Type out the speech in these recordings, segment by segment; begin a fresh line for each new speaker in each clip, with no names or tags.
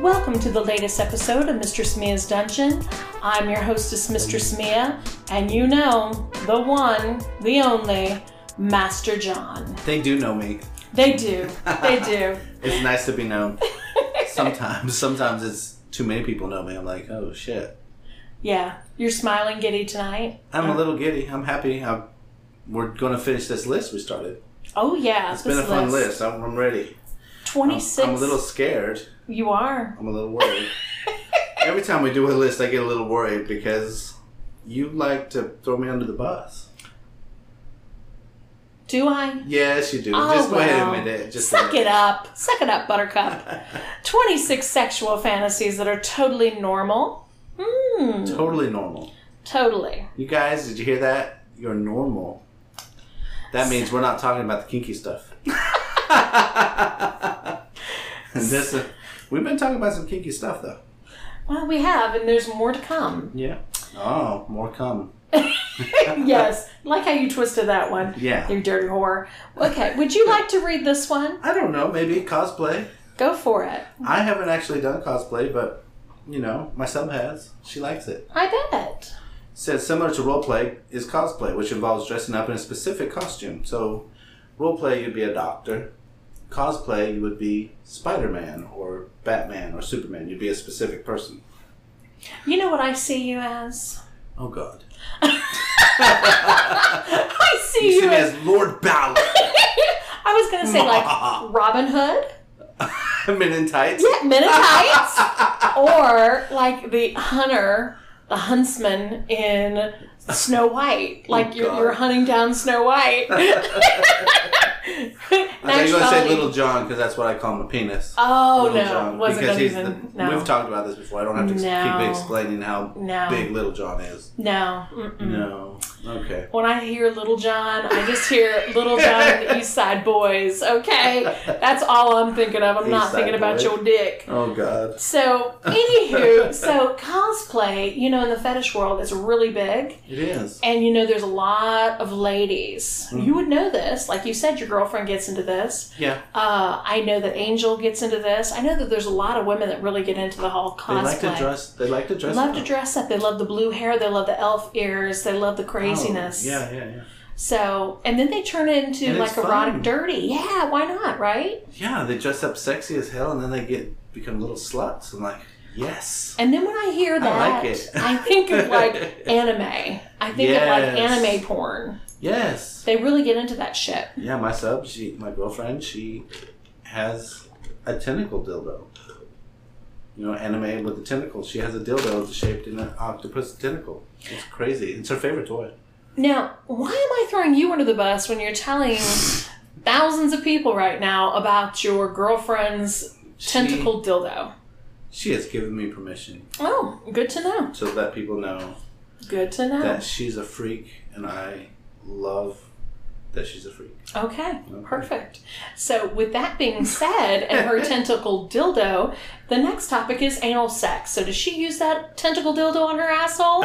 Welcome to the latest episode of Mr. Smia's Dungeon. I'm your hostess, Mr. Smia, and you know the one, the only, Master John.
They do know me.
They do. They do.
It's nice to be known. sometimes, sometimes it's too many people know me. I'm like, oh shit.
Yeah. You're smiling giddy tonight.
I'm a little giddy. I'm happy. i we're going to finish this list we started.
Oh, yeah.
It's been a fun list. I'm, I'm ready. I'm-
26.
I'm a little scared.
You are.
I'm a little worried. Every time we do a list, I get a little worried because you like to throw me under the bus.
Do I?
Yes, you do.
Oh,
Just go ahead
well.
and admit it. Just
Suck it up. Suck it up, Buttercup. 26 sexual fantasies that are totally normal. Mm,
Totally normal.
totally.
You guys, did you hear that? You're normal. That means we're not talking about the kinky stuff. And this, uh, we've been talking about some kinky stuff, though.
Well, we have, and there's more to come.
Yeah. Oh, more come.
yes, like how you twisted that one.
Yeah.
You dirty whore. Okay, would you like to read this one?
I don't know. Maybe cosplay.
Go for it.
I haven't actually done cosplay, but you know, my sub has. She likes it.
I bet.
Says similar to roleplay is cosplay, which involves dressing up in a specific costume. So, roleplay you'd be a doctor. Cosplay you would be Spider-Man or Batman or Superman. You'd be a specific person.
You know what I see you as?
Oh God.
I see
You
you,
see me
as.
as Lord Balor.
I was gonna say like Robin Hood,
Men in tights.
yeah, Men in Tights, or like the hunter, the huntsman in Snow White. Like you're,
Oh, God.
you're hunting down Snow White.
I thought you were going to say
Actually-
Little John because that's what I call my penis.
Oh
Little
no,
John,
wasn't
because
gonna
he's
even.
the,
no,
We've talked about this before. I don't have to ex-
No.
keep explaining how
no, Mm.
big Little John is.
no. Mm-mm.
No. Okay.
When I hear Little John, I just hear Little John and the East Side Boys. Okay, that's all I'm thinking of. I'm not
East Side
thinking about
Boys.
your dick.
Oh God.
So, anywho, so cosplay, you know, in the fetish world is really big.
It is.
And, you know, there's a lot of ladies.
Mm-hmm.
You would know this. Like you said, your girlfriend gets into this.
Yeah.
Uh, I know that Angel gets into this. I know that there's a lot of women that really get into the whole
They
cosplay.
like to dress. They like to dress.
love
up.
to dress up. They love the blue hair. They love the elf ears. They love the craziness.
Oh, yeah, yeah, yeah.
So, and then they turn into
And
like
it's
erotic
fun.
dirty. Yeah, why not, right?
Yeah, they dress up sexy as hell, and then they get become little sluts. I'm like, yes.
And then when I hear that,
like it.
I think of like anime. I think of like
Yes.
anime porn.
Yes.
They really get into that shit.
Yeah, my sub, she, my girlfriend, she has a tentacle dildo. You know, anime with the tentacle. She has a dildo that's shaped in an octopus tentacle. It's crazy. It's her favorite toy.
Now, why am I throwing you under the bus when you're telling thousands of people right now about your girlfriend's
She-
tentacle dildo?
She has given me permission
Oh, good to know.
to let people know
Good to know.
that she's a freak, and I love that she's a freak.
Okay,
Okay.
perfect. So, with that being said, and her tentacle dildo, the next topic is anal sex. So, does she use that tentacle dildo on her asshole?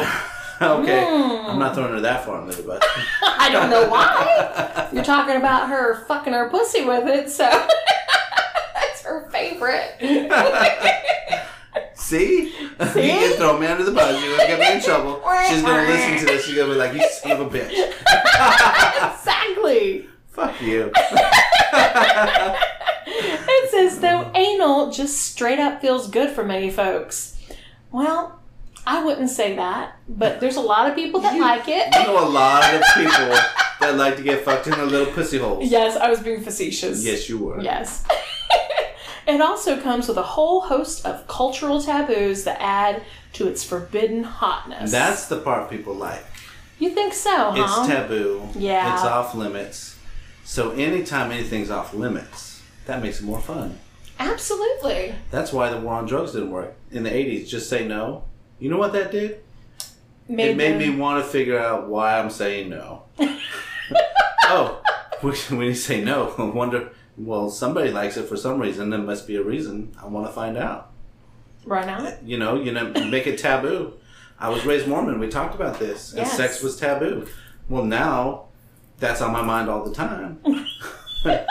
okay,
Hmm.
I'm not throwing her that far under the bus.
I don't know why. You're talking about her fucking her pussy with it, so that's her favorite. See?
See? You can throw me under the bus. You're going to get me in trouble. She's going to listen to this. She's going to be like, you son of a bitch.
exactly.
Fuck you.
It says though anal just straight up feels good for many folks. Well, I wouldn't say that, but there's a lot of people that like it.
You know a lot of people that like to get fucked in their little pussy holes.
Yes, I was being facetious.
Yes, you were.
Yes. it also comes with a whole host of cultural taboos that add to its forbidden hotness.
That's the part people like.
you think so,
It's
huh?
taboo.
Uh-huh. Yeah.
It's off limits. So anytime anything's off limits, that makes it more fun.
Absolutely.
That's why the war on drugs didn't work. In the 80s, just say no. You know what that did?
Made
it made
them-
me want to figure out why I'm saying no. oh, when you say no, I wonder. Well, somebody likes it for some reason. There must be a reason. I want to find out.
right now.
You know, you know, make it taboo. I was raised Mormon. We talked about this, and
Yes.
sex was taboo. Well, now that's on my mind all the time, and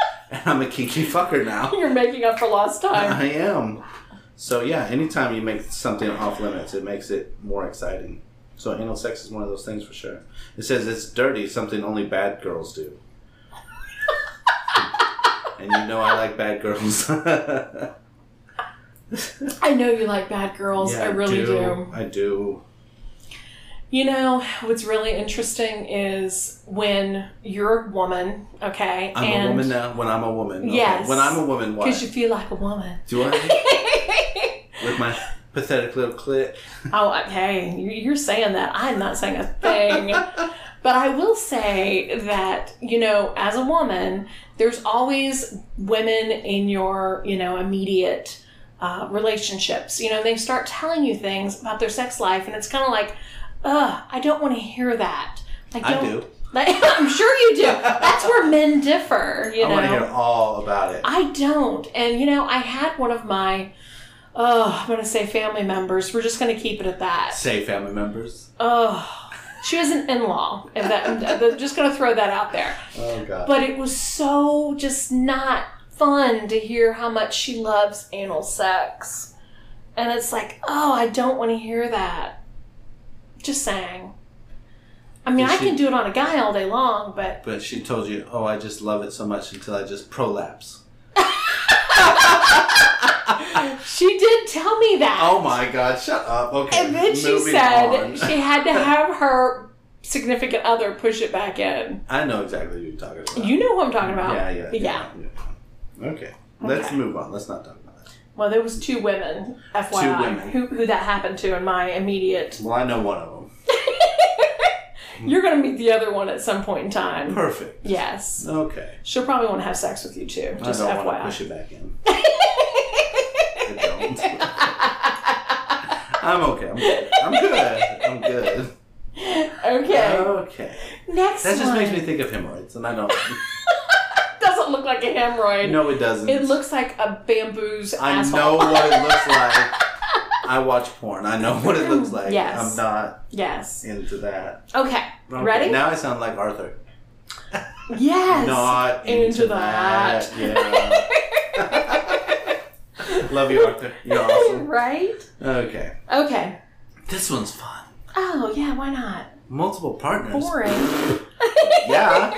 I'm a kinky fucker now.
You're making up for lost time.
I am. So yeah, anytime you make something off limits, it makes it more exciting. So anal sex is one of those things for sure. It says it's dirty, something only bad girls do. and you know I like bad girls.
I know you like bad girls.
Yeah,
I really do.
I do.
You know, what's really interesting is when you're a woman, okay?
I'm
and
a woman now. When I'm a woman, okay.
Yes.
When I'm a woman, what
Because you feel like a woman.
do I? With my pathetic little clit.
Oh, I- hey, you- you're saying that. I'm not saying a thing. but I will say that, you know, as a woman, there's always women in your, you know, immediate uh, relationships. You know, they start telling you things about their sex life, and it's kind of like, ugh, I don't want to hear that. Like,
I
don't-
do.
Like, I'm sure you do. That's where men differ, you
I
know.
want to hear all about it.
I don't. And you know, I had one of my oh, I'm gonna say family members. We're just gonna keep it at that.
Say family members.
Oh, she was an in-law. If that, I'm I'm just gonna throw that out there.
Oh God.
But it was so just not fun to hear how much she loves anal sex, and it's like, oh, I don't want to hear that. Just saying. I mean,
Did
I
she-
can do it on a guy all day long, but
But she told you, "Oh, I just love it so much until I just prolapse."
she did tell me that.
Oh my God! Shut up. Okay.
And then she
moving
said
on.
she had to have her significant other push it back in.
"I know exactly who you're talking about."
You know who I'm talking about.
yeah, yeah,
Yeah.
yeah. Okay. Let's
Okay.
move on. Let's not talk about that.
Well, there was two women, FYI,
Two women.
Who, who that happened to in my immediate.
Well, I know one of them. Mm-hmm.
You're going to meet the other one at some point in time.
Perfect.
Yes.
Okay.
She'll probably want to have sex with you too. Just
I don't want to
FYI.
push it back in. I don't. I'm okay. I'm good. I'm good. I'm good.
Okay.
Okay.
Next
Uh, That just
one.
makes me think of hemorrhoids, and I don't.
Doesn't look like a hemorrhoid.
No, it doesn't.
It looks like a bamboo's
I
asshole.
know what it looks like. I watch porn. I know what it looks like.
Yes.
I'm not
Yes.
into that.
Okay.
Okay,
Ready?
Now I sound like Arthur.
Yes.
Not into,
into
that. Yeah. Love you, Arthur. You're awesome.
right?
Okay.
Okay.
This one's fun.
Oh, yeah, why not?
Multiple partners.
Boring.
Yeah.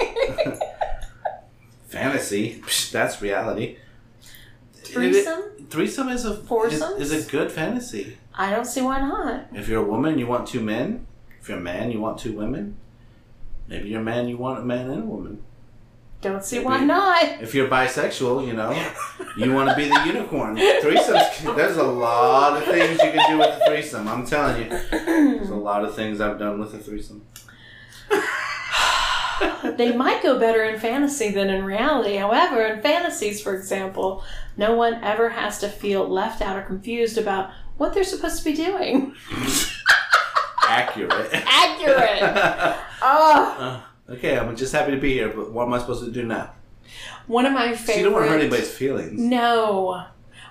Fantasy. Psh, that's reality.
Threesome?
Threesome is a is,
Foursomes?
is a good fantasy.
I don't see why not.
If you're a woman, you want two men. If you're a man, you want two women. Maybe you're a man, you want a man and a woman.
Don't see why
Maybe.
not.
If you're bisexual, you know, you want to be the unicorn. Threesomes, can- there's a lot of things you can do with a threesome. I'm telling you. There's a lot of things I've done with a threesome.
They might go better in fantasy than in reality. However, in fantasies, for example, no one ever has to feel left out or confused about what they're supposed to be doing.
Accurate.
Accurate. oh,
Uh, okay, I'm just happy to be here, but what am I supposed to do now?
one of my
So
favorite.
you don't want to hurt anybody's feelings.
No.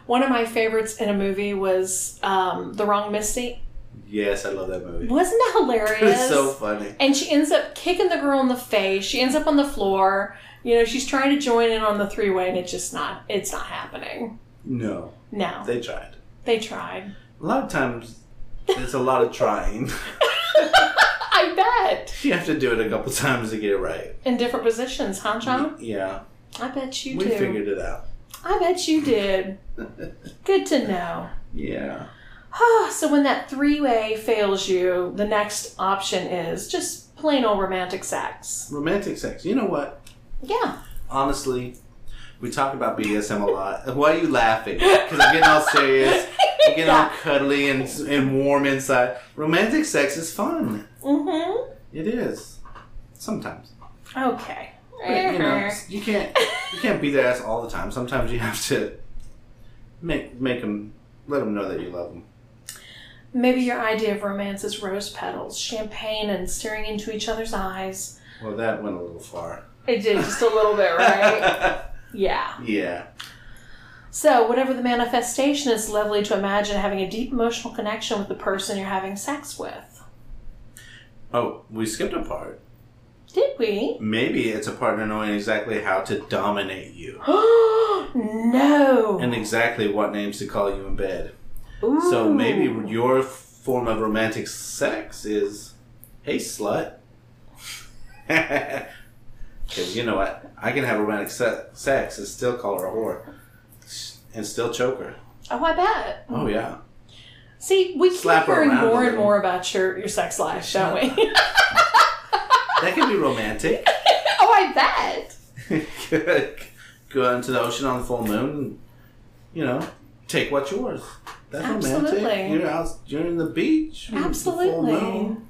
One of my favorites in a movie was um, The Wrong Missy.
Yes, I love that movie.
Wasn't that hilarious?
It was so funny.
And she ends up kicking the girl in the face. She ends up on the floor. You know, she's trying to join in on the three way, and it's just not. It's not happening.
No,
No,
they tried.
they tried.
A lot of times, it's a lot of trying.
I bet
You have to do it a couple times to get it right.
in different positions, huh, John?
Yeah,
I bet you
Mm-hmm. we
do.
figured it out.
I bet you did. Good to know. Ah,
Yeah.
so when that three way fails you, the next option is just plain old romantic sex.
Romantic sex. You know what?
Yeah.
Honestly, we talk about BDSM a lot. Why are you laughing? Because I'm getting all serious. I'm getting all cuddly and, and warm inside. Romantic sex is fun.
Mm-hmm.
It is. Sometimes.
Okay.
But, you know, you can't you can't beat their ass all the time. Sometimes you have to make make them let them know that you love them.
Maybe your idea of romance is rose petals, champagne, and staring into each other's eyes.
Well, that went a little far.
It did just a little bit, right? yeah.
yeah.
So, whatever the manifestation, it's lovely to imagine having a deep emotional connection with the person you're having sex with.
Oh, we skipped a part.
Did we?
Maybe it's a partner knowing exactly how to dominate you
no.
and exactly what names to call you in bed.
Ooh.
So maybe your form of romantic sex is, hey, slut. Because you know what? I can have romantic se- sex and still call her a whore and still choke her.
Oh, I bet.
Oh, yeah.
See, we keep
Slap her
hearing
around a
more and
little.
more about your, your sex life, don't we?
That can be romantic.
oh, I bet.
Go out into the ocean on the full moon and, you know, take what's yours. That's romantic.
Absolutely.
You're out, you're in the beach. with the full
Absolutely.
moon.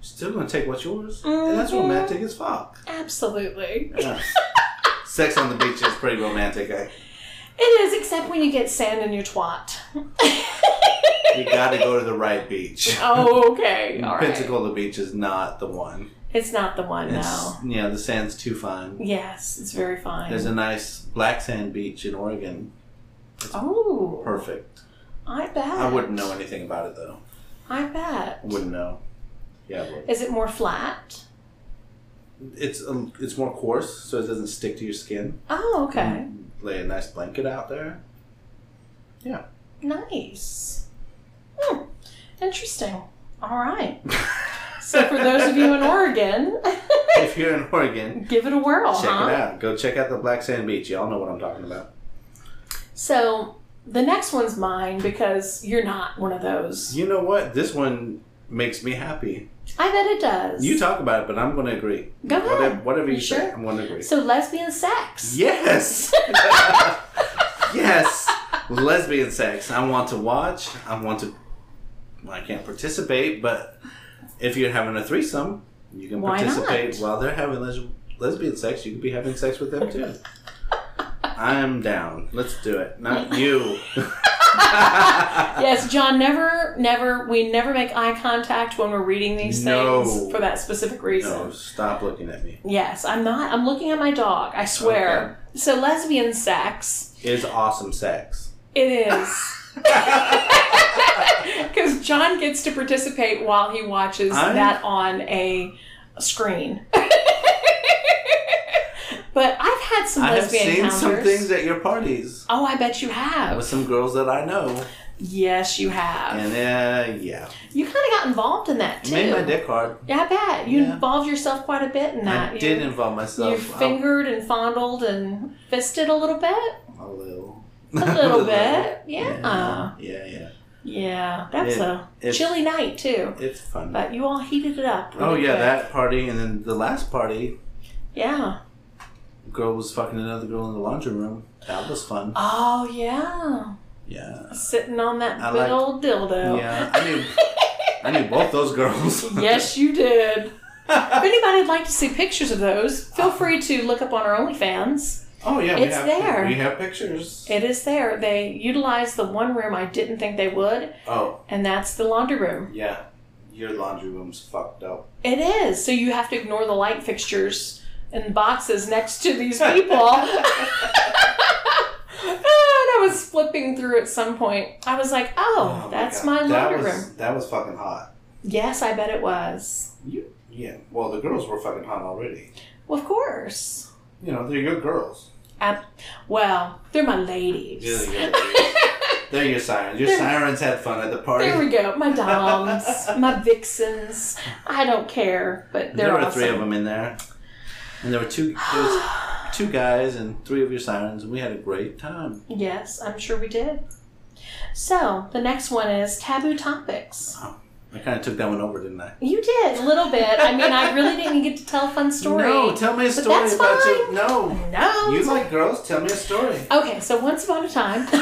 Still gonna take what's yours. And that's
Mhm.
romantic as fuck.
Absolutely.
Yes. Sex on the beach is pretty romantic. eh?
It is, except when you get sand in your twat.
You got to go to the right beach.
oh, okay. All right.
Pensacola Beach is not the one.
It's not the one,
It's,
no.
yeah, the sand's too fine.
Yes, it's very fine.
There's a nice black sand beach in Oregon.
oh,
Perfect.
I bet.
I wouldn't know anything about it though.
I bet.
Wouldn't know. Yeah, I would.
Is it more flat?
it's um, it's more coarse, so it doesn't stick to your skin.
Oh,
Mm.
okay.
Lay a nice blanket out there.
Nice. Hmm. Interesting. All right. so, for those of you in Oregon,
if you're in Oregon,
give it a whirl,
check
huh?
it out. Go check out the black sand beach. Y'all know what I'm talking about.
So, the next one's mine because you're not one of those.
You know what? This one makes me happy.
I bet it does.
You talk about it, but I'm going to agree.
Go ahead.
Whatever, whatever you,
You
say,
sure?
I'm going to agree.
So, lesbian sex.
Yes. yes. Lesbian sex. I want to watch. I want to. well, I can't participate, but if you're having a threesome, you can
Why not?
participate while they're having les- lesbian sex. You could be having sex with them too. I'm down. Let's do it. Not you.
Yes, John, never, never, we never make eye contact when we're reading these
No.
things for that specific reason.
no, stop looking at me.
Yes, I'm not, I'm looking at my dog, I swear. So, lesbian sex,
Is awesome sex.
it is. Because John gets to participate while he watches
I'm-
that on a screen. but I've had some
I have
lesbian
seen
encounters.
some things at your parties.
Oh, I bet you have.
with some girls that I know,
Yes, you have.
and uh, yeah,
you kind of got involved in that too.
made my dick hard.
Yeah, I bet you
Yeah.
involved yourself quite a bit in that.
I
you,
did involve
You
myself a-
fingered and fondled and fisted a little bit,
a little,
a little bit. Yeah,
yeah, yeah.
yeah. That was
It-
a
it's-
chilly night too,
It's fun.
but you all heated it up.
oh
really
yeah,
quick.
that party, and then the last party,
Yeah.
girl was fucking another girl in the laundry room. That was fun.
Oh yeah.
Yeah,
Sitting on that
I
good
like-
old dildo.
yeah. I knew, I knew both those girls.
Yes, you did. if anybody'd like to see pictures of those, feel free to look up on our OnlyFans.
Oh yeah, we
It's
have,
there.
We have pictures.
It is there. They utilized the one room I didn't think they would,
Oh
and that's the laundry room.
yeah, your laundry room's fucked up.
It is. So you have to ignore the light fixtures and boxes next to these people.
Oh
Ah, and I was flipping through at some point. I was like, oh,
my
that's
God.
my
that
laundry
was,
room.
That was fucking hot.
Yes, I bet it was.
You, yeah. Well, the girls were fucking hot already.
Well, of course.
You know, they're your girls.
I, well, they're my ladies.
They're your sirens. Your
They're-
sirens had fun at the party.
There we go. My doms, my vixens. I don't care, but they're
there were
awesome.
three of them in there, and there were two there was two guys and three of your sirens, and we had a great time.
Yes, I'm sure we did. So, the next one is taboo topics.
I kind of took that one over, didn't I?
You did a little bit. I mean, I really didn't get to tell a fun story.
No, tell me a
But
story
that's
about
fine.
you. No,
No.
you like girls. Tell me a story.
Okay, so once upon a time,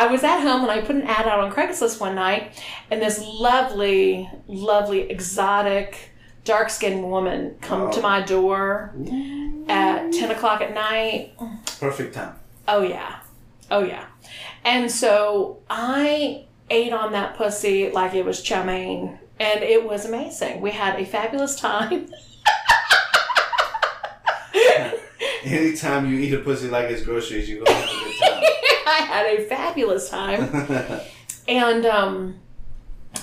I was at home and I put an ad out on Craigslist one night, and this lovely, lovely, exotic, dark skinned woman come
Wow.
to my door at 10 o'clock at night
Perfect time.
Oh yeah. Oh yeah. And so I ate on that pussy like it was chow mein and it was amazing. We had a fabulous time.
Anytime you eat a pussy like it's groceries, you go have a good
I had a fabulous time.
time.
And um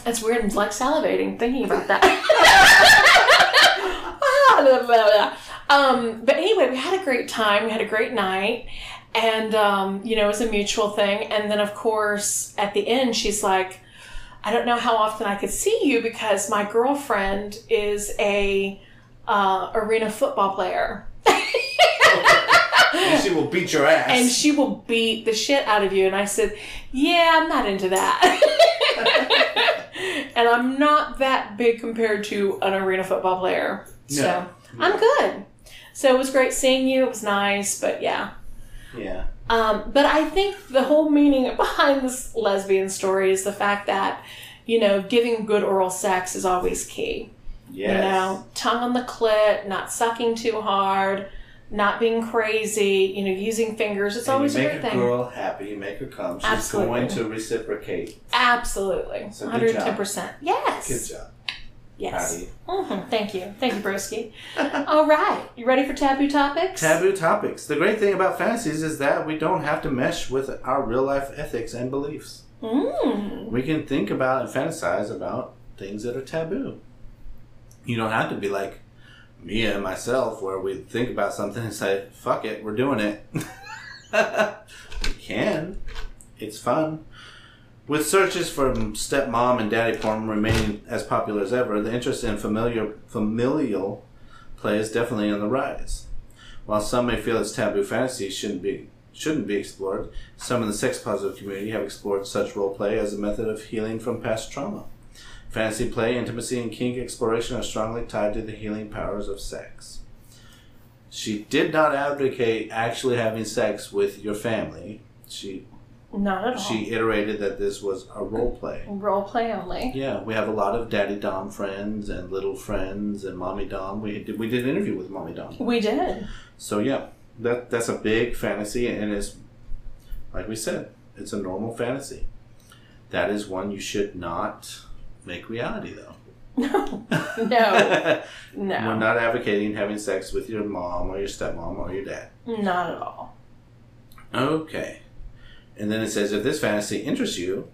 It's weird. I'm like salivating thinking about that. um, but anyway, we had a great time. We had a great night. And, um, you know, it was a mutual thing. And then, of course, at the end, she's like, I don't know how often I could see you because my girlfriend is a uh, arena football player.
And she will beat your ass.
and she will beat the shit out of you. And I said, Yeah, I'm not into that. and I'm not that big compared to an arena football player.
No.
So I'm good. So it was great seeing you. It was nice, but yeah.
yeah.
Um, but I think the whole meaning behind this lesbian story is the fact that, you know, giving good oral sex is always key.
Yes.
You know, tongue on the clit, not sucking too hard, not being crazy, you know, using fingers. It's
And
always
you
a
make
good
a
thing.
girl happy, you make her come. She's
Absolutely.
going to reciprocate.
Absolutely.
So good job.
110%.
Good
Yes.
job.
Yes.
Patty.
hmm Thank you. Thank you, Broski. All right. You ready for taboo topics?
Taboo topics. The great thing about fantasies is that we don't have to mesh with our real life ethics and beliefs.
Mm.
We can think about and fantasize about things that are taboo. You don't have to be like me and myself, where we think about something and say, fuck it, we're doing it. we can. It's fun. With searches for stepmom and daddy porn remaining as popular as ever, the interest in familiar, familial play is definitely on the rise. While some may feel its taboo fantasy shouldn't be shouldn't be explored, some in the sex positive community have explored such role play as a method of healing from past trauma. Fantasy play, intimacy, and kink exploration are strongly tied to the healing powers of sex. She did not advocate actually having sex with your family. She
Not at all.
she iterated that this was a role play.
Role play only.
Yeah, we have a lot of daddy dom friends and little friends and mommy dom. We did, we did an interview with mommy dom.
We did.
So yeah, that that's a big fantasy, and it's like we said, it's a normal fantasy. That is one you should not make reality, though.
No. No.
We're
No.
not advocating having sex with your mom or your stepmom or your dad.
Not at all.
Okay. And then it says if this fantasy interests you,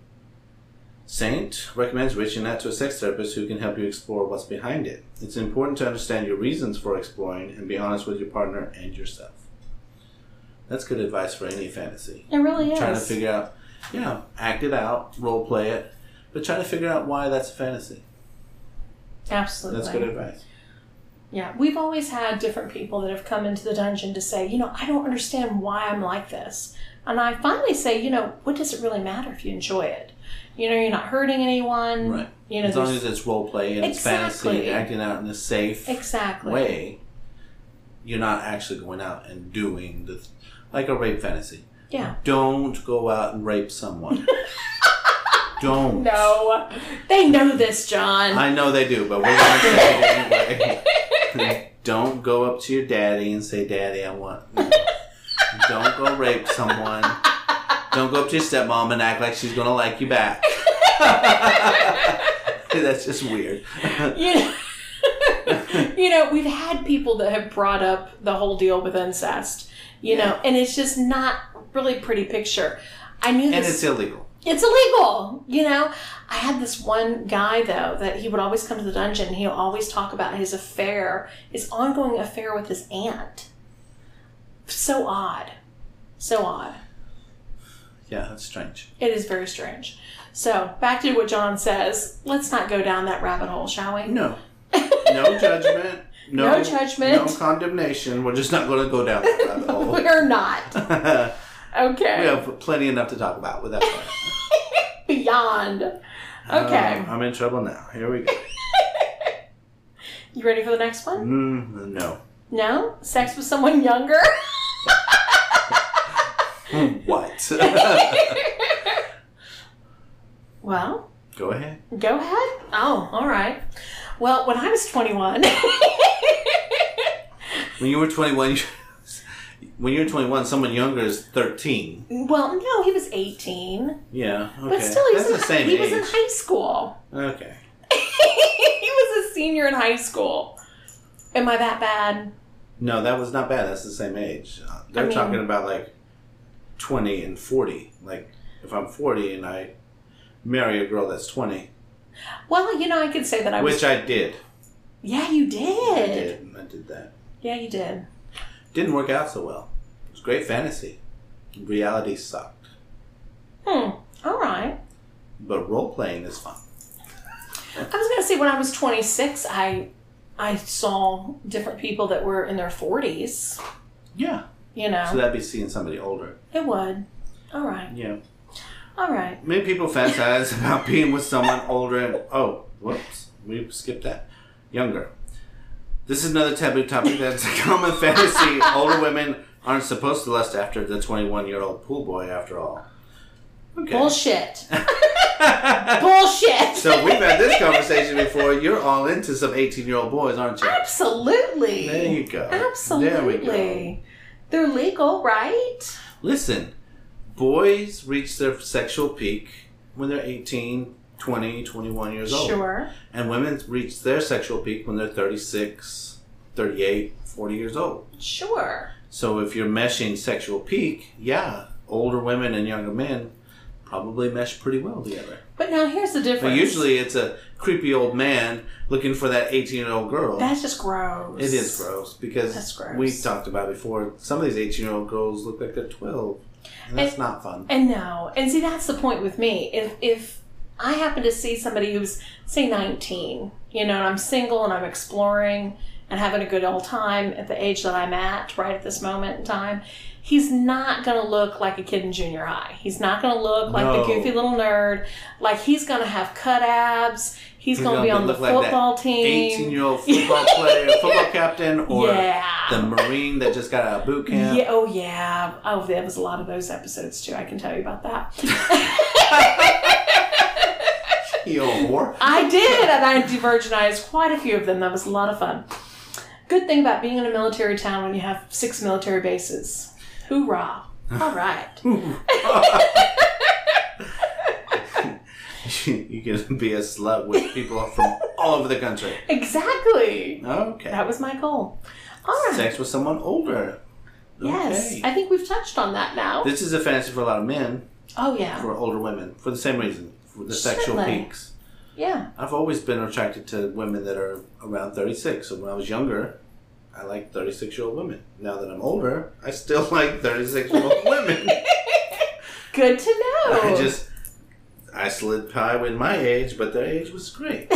Saint recommends reaching out to a sex therapist who can help you explore what's behind it. It's important to understand your reasons for exploring and be honest with your partner and yourself. That's good advice for any fantasy.
It really is.
Trying to figure out, yeah, act it out, role play it, but trying to figure out why that's a fantasy.
Absolutely.
That's good advice.
Yeah, we've always had different people that have come into the dungeon to say, you know, I don't understand why I'm like this. And I finally say, you know, what does it really matter if you enjoy it? You know, you're not hurting anyone.
Right.
You know,
as long
there's-
as it's role play and it's fantasy
Exactly.
and acting out in a safe
exactly.
way, you're not actually going out and doing the like a rape fantasy.
Yeah.
Don't go out and rape someone. Don't.
No, they know this, John.
I know they do, but we're gonna say it anyway. Don't go up to your daddy and say, "Daddy, I want." Don't go rape someone. Don't go up to your stepmom and act like she's gonna like you back. That's just weird.
you know, you know, we've had people that have brought up the whole deal with incest. You know, and it's just not really a pretty picture. I knew
And
this.
it's illegal.
it's illegal you know i had this one guy though that he would always come to the dungeon and he'll always talk about his affair his ongoing affair with his aunt so odd so odd
Yeah, that's strange.
it is very strange so back to what john says let's not go down that rabbit hole shall we
No. No judgment. No,
No judgment.
No condemnation. We're just not going to go down that rabbit hole.
we're not
we
okay
have plenty enough to talk about with that. one.
beyond okay
Um, I'm in trouble now. Here we go.
you ready for the next one
Mm, no.
no sex with someone younger
Hmm, What?
well
go ahead.
Go ahead. Oh, all right. Well, when I was 21,
When you were 21, you- when you're 21, someone younger is 13.
well, no, he was 18,
Yeah. Okay.
but still, he was,
That's
in,
the same
he was
age.
in high school.
okay.
he was a senior in high school. Am I that bad?
No, that was not bad. That's the same age. Uh, They're
I mean-
talking about like 20 and 40. Like, if I'm 40 and I marry a girl that's 20,
Well, you know, I could say that I was.
Which I did.
yeah, you
I
did.
did. I did that.
Yeah, you did.
Didn't work out so well. It was great fantasy. Reality sucked.
Hmm. All right.
But role playing is fun.
I was gonna say when I was 26, I I saw different people that were in their 40s.
Yeah.
You know,
So that'd be seeing somebody older.
it would. All right.
Yeah.
All right.
Many people fantasize about being with someone older and oh, whoops, we skipped that. Younger. This is another taboo topic that's a common fantasy. older women aren't supposed to lust after the 21 year old pool boy, after all. Okay.
Bullshit. Bullshit.
so we've had this conversation before. You're all into some 18 year old boys, aren't you?
Absolutely.
There you go.
Absolutely.
There we go.
They're legal, right?
Listen, boys reach their sexual peak when they're 18, 20, 21 years old.
Sure.
And women reach their sexual peak when they're 36, 38, 40 years old.
Sure.
So if you're meshing sexual peak, yeah, older women and younger men probably mesh pretty well together.
But now here's the difference.
But usually it's a creepy old man looking for that 18 year old girl.
that's just gross.
it is gross because
That's gross.
we talked about it before some of these 18 year old girls look like they're 12. And that's not fun.
And no, and see that's the point with me. If if I happen to see somebody who's say 19, you know, and I'm single and I'm exploring and having a good old time at the age that I'm at right at this moment in time, he's not going to look like a kid in junior high. He's not going to look like
No.
the goofy little nerd. Like he's going to have cut abs. He's,
He's
going to be
gonna
on the
look like that
football team.
18 year old football player, football captain, or
yeah.
the Marine that just got out of boot camp.
Yeah. Oh, yeah. Oh, there was a lot of those episodes too. I can tell you about that.
You old whore.
I did, and I divergenized quite a few of them. That was a lot of fun. Good thing about being in a military town when you have six military bases. Hoorah! All right.
you can be a slut with people from all over the country.
exactly.
Okay.
That was my goal. All right.
Sex with someone older.
Yes,
Okay.
I think we've touched on that now.
This is a fantasy for a lot of men,
oh yeah,
for older women, for the same reason, for the sexual
Certainly.
peaks.
yeah.
I've always been attracted to women that are around 36. So when I was younger, I liked 36 year old women. Now that I'm older, I still like 36 year old women.
Good to know.
I just I slid by with my age, but their age was great.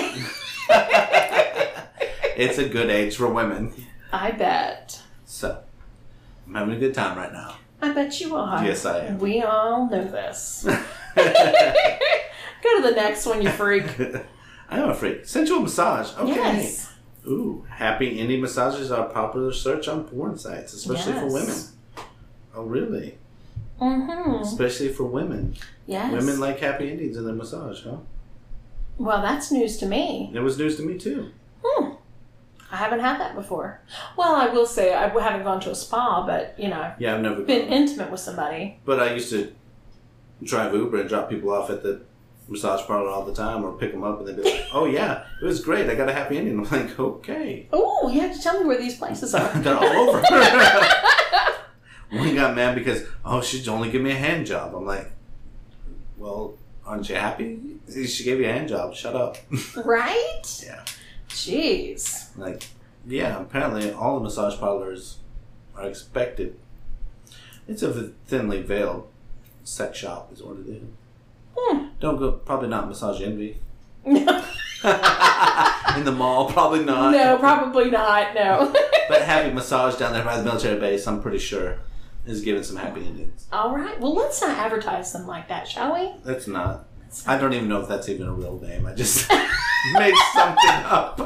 it's a good age for women.
I bet.
So I'm having a good time right now.
I bet you are.
Yes, I am.
We all know this. Go to the next one, you freak.
I am a freak. Sensual massage. Okay.
Yes.
Ooh, happy indie massages are a popular search on porn sites, especially for
Yes.
women. Oh, really?
Mm-hmm.
Especially for women.
Yes.
Women like happy endings in their massage, huh?
well, that's news to me.
It was news to me too.
Hmm. I haven't had that before. Well, I will say I haven't gone to a spa, but you know, I've
Yeah, I've never
been intimate with somebody.
But I used to drive Uber and drop people off at the massage parlor all the time or pick them up and they'd be like, oh yeah, it was great. I got a happy ending. I'm like, okay.
Oh, you have to tell me where these places are.
They're all over. One got mad because, oh, she only gave me a hand job. I'm like, well, aren't you happy? She gave you a hand job. Shut up.
right?
Yeah.
Jeez.
like, yeah, apparently all the massage parlors are expected. It's a thinly veiled sex shop, is what it is.
Hmm.
Don't go, probably not Massage Envy.
No,
in the mall, probably not.
no, probably not. No.
But happy massage down there by the military base, I'm pretty sure, is giving some happy endings.
All right. Well, let's not advertise them like that, shall we?
That's not. I don't even know if that's even a real name. I just made something up.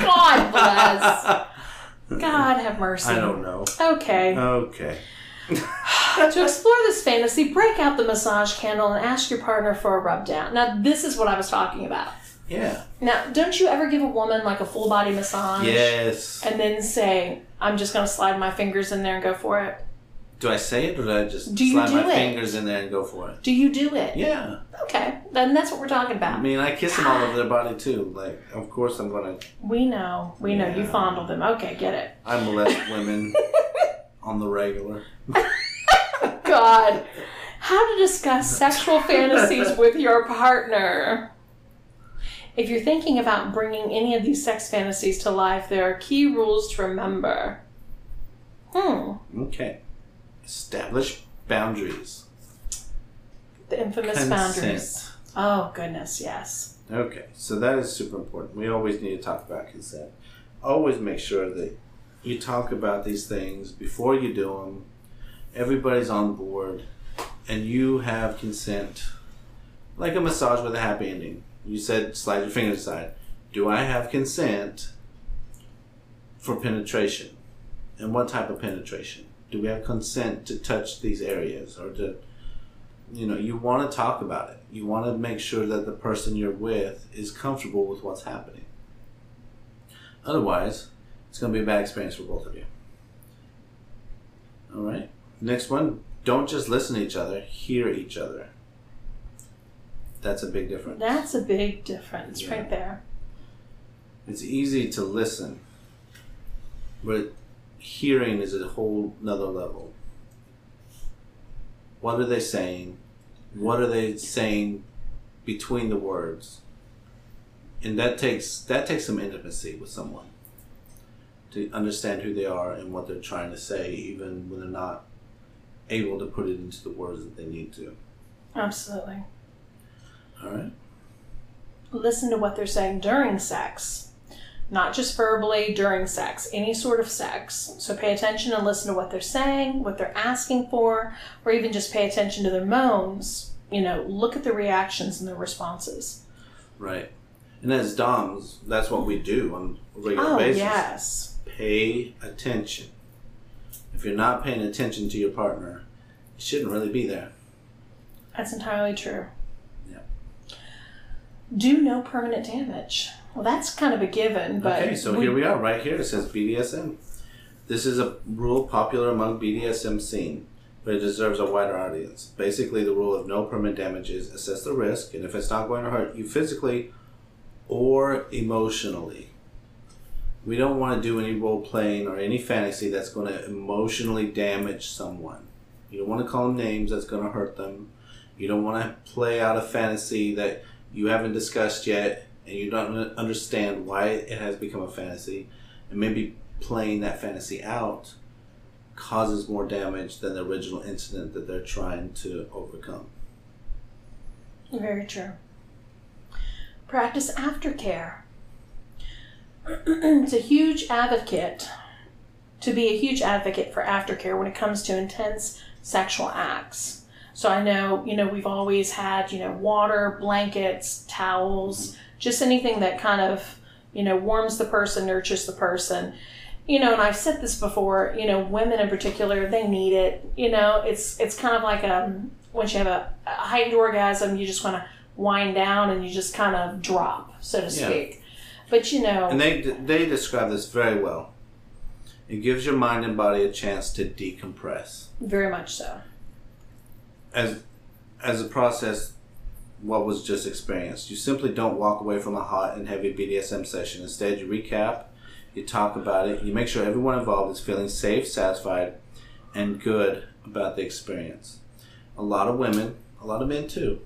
God bless. God have mercy.
I don't know.
Okay.
Okay.
to explore this fantasy, break out the massage candle and ask your partner for a rub down. Now, this is what I was talking about.
Yeah.
Now, don't you ever give a woman like a full body massage?
Yes.
and then say, I'm just going to slide my fingers in there and go for it?
Do I say it or do I just
Do you
slide
do
my
it?
fingers in there and go for it?
Do you do it?
Yeah.
Okay, then that's what we're talking
I
about.
mean, I kiss them all over their body too. Like, of course I'm gonna.
We know, we know you
Yeah.
fondle them. Okay, get it.
I molest women on the regular.
God. How to discuss sexual fantasies with your partner. If you're thinking about bringing any of these sex fantasies to life, there are key rules to remember. Hmm.
Okay. Establish boundaries.
The infamous boundaries. Oh, goodness, yes.
Okay, so that is super important. We always need to talk about consent. Always make sure that you talk about these things before you do them. Everybody's on board, and you have consent. Like a massage with a happy ending. You said slide your fingers aside. Do I have consent for penetration? And what type of penetration? Do we have consent to touch these areas or to you know you want to talk about it you want to make sure that the person you're with is comfortable with what's happening otherwise it's going to be a bad experience for both of you all right next one don't just listen to each other hear each other that's a big difference
That's a big difference
Yeah.
right there.
it's easy to listen but hearing is a whole nother level what are they saying what are they saying between the words and that takes that takes some intimacy with someone to understand who they are and what they're trying to say even when they're not able to put it into the words that they need to
Absolutely.
all right
Listen to what they're saying during sex, not just verbally, during sex, any sort of sex. So pay attention and listen to what they're saying, what they're asking for, or even just pay attention to their moans. You know, look at the reactions and their responses.
right and as doms that's what we do on a regular
Oh,
basis
yes.
pay attention. If you're not paying attention to your partner, it shouldn't really be there.
That's entirely true.
Yeah.
Do no permanent damage. Well, that's kind of a given, but
okay, so
we-
here we are, right here. It says BDSM. This is a rule popular among BDSM scene, but it deserves a wider audience. Basically, the rule of no permanent damage is assess the risk, and if it's not going to hurt you physically or emotionally, we don't want to do any role playing or any fantasy that's going to emotionally damage someone. You don't want to call them names that's going to hurt them. You don't want to play out a fantasy that you haven't discussed yet and you don't un- understand why it has become a fantasy. And maybe playing that fantasy out causes more damage than the original incident that they're trying to overcome.
Very true. Practice aftercare. it's a huge advocate to be a huge advocate for aftercare when it comes to intense sexual acts. So I know, you know, we've always had, you know, water, blankets, towels, just anything that kind of, you know, warms the person, nurtures the person. You know, and I've said this before, you know, women in particular, they need it. You know, it's it's kind of like a once you have a, a heightened orgasm, you just want to wind down and you just kind of drop, so to
Yeah.
speak. But you know,
And they they describe this very well. It gives your mind and body a chance to decompress.
very much so.
as as a process what was just experienced. You simply don't walk away from a hot and heavy BDSM session. Instead, you recap, you talk about it, you make sure everyone involved is feeling safe, satisfied, and good about the experience. A lot of women, a lot of men too.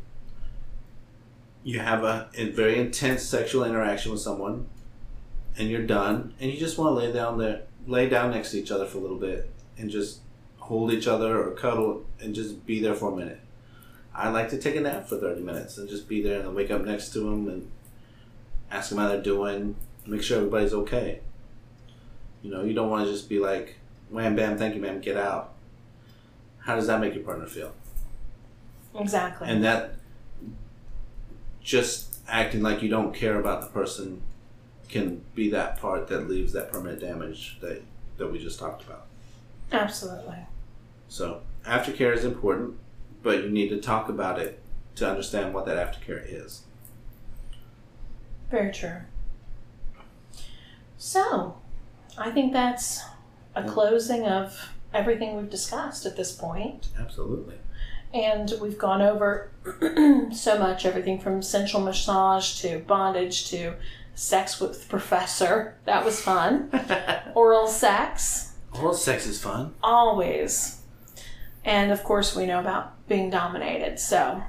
You have a, a very intense sexual interaction with someone, and you're done, and you just want to lay down there, lay down next to each other for a little bit, and just hold each other or cuddle and just be there for a minute. I like to take a nap for 30 minutes and just be there and wake up next to them and ask them how they're doing, make sure everybody's okay. You know, you don't want to just be like, wham, bam, thank you, ma'am, get out. How does that make your partner feel?
Exactly.
And that just acting like you don't care about the person can be that part that leaves that permanent damage that, that we just talked about.
Absolutely.
So aftercare is important, but you need to talk about it to understand what that aftercare is.
Very true. So, I think that's a
Yeah.
closing of everything we've discussed at this point.
Absolutely.
And we've gone over so much everything from sensual massage to bondage to sex with professor. That was fun. Oral sex.
Oral sex is fun.
always. And of course, we know about being dominated. So,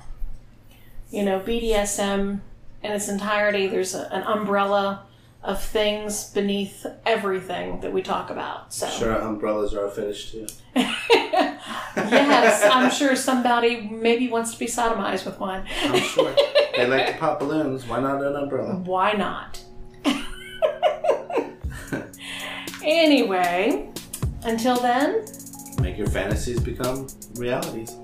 you know, BDSM in its entirety. There's a, an umbrella of things beneath everything that we talk about. So
Sure, umbrellas are a fetish too.
yes, I'm sure somebody maybe wants to be sodomized with one.
I'm sure. they like to pop balloons. Why not an umbrella?
Why not? anyway, until then,
Make your fantasies become realities.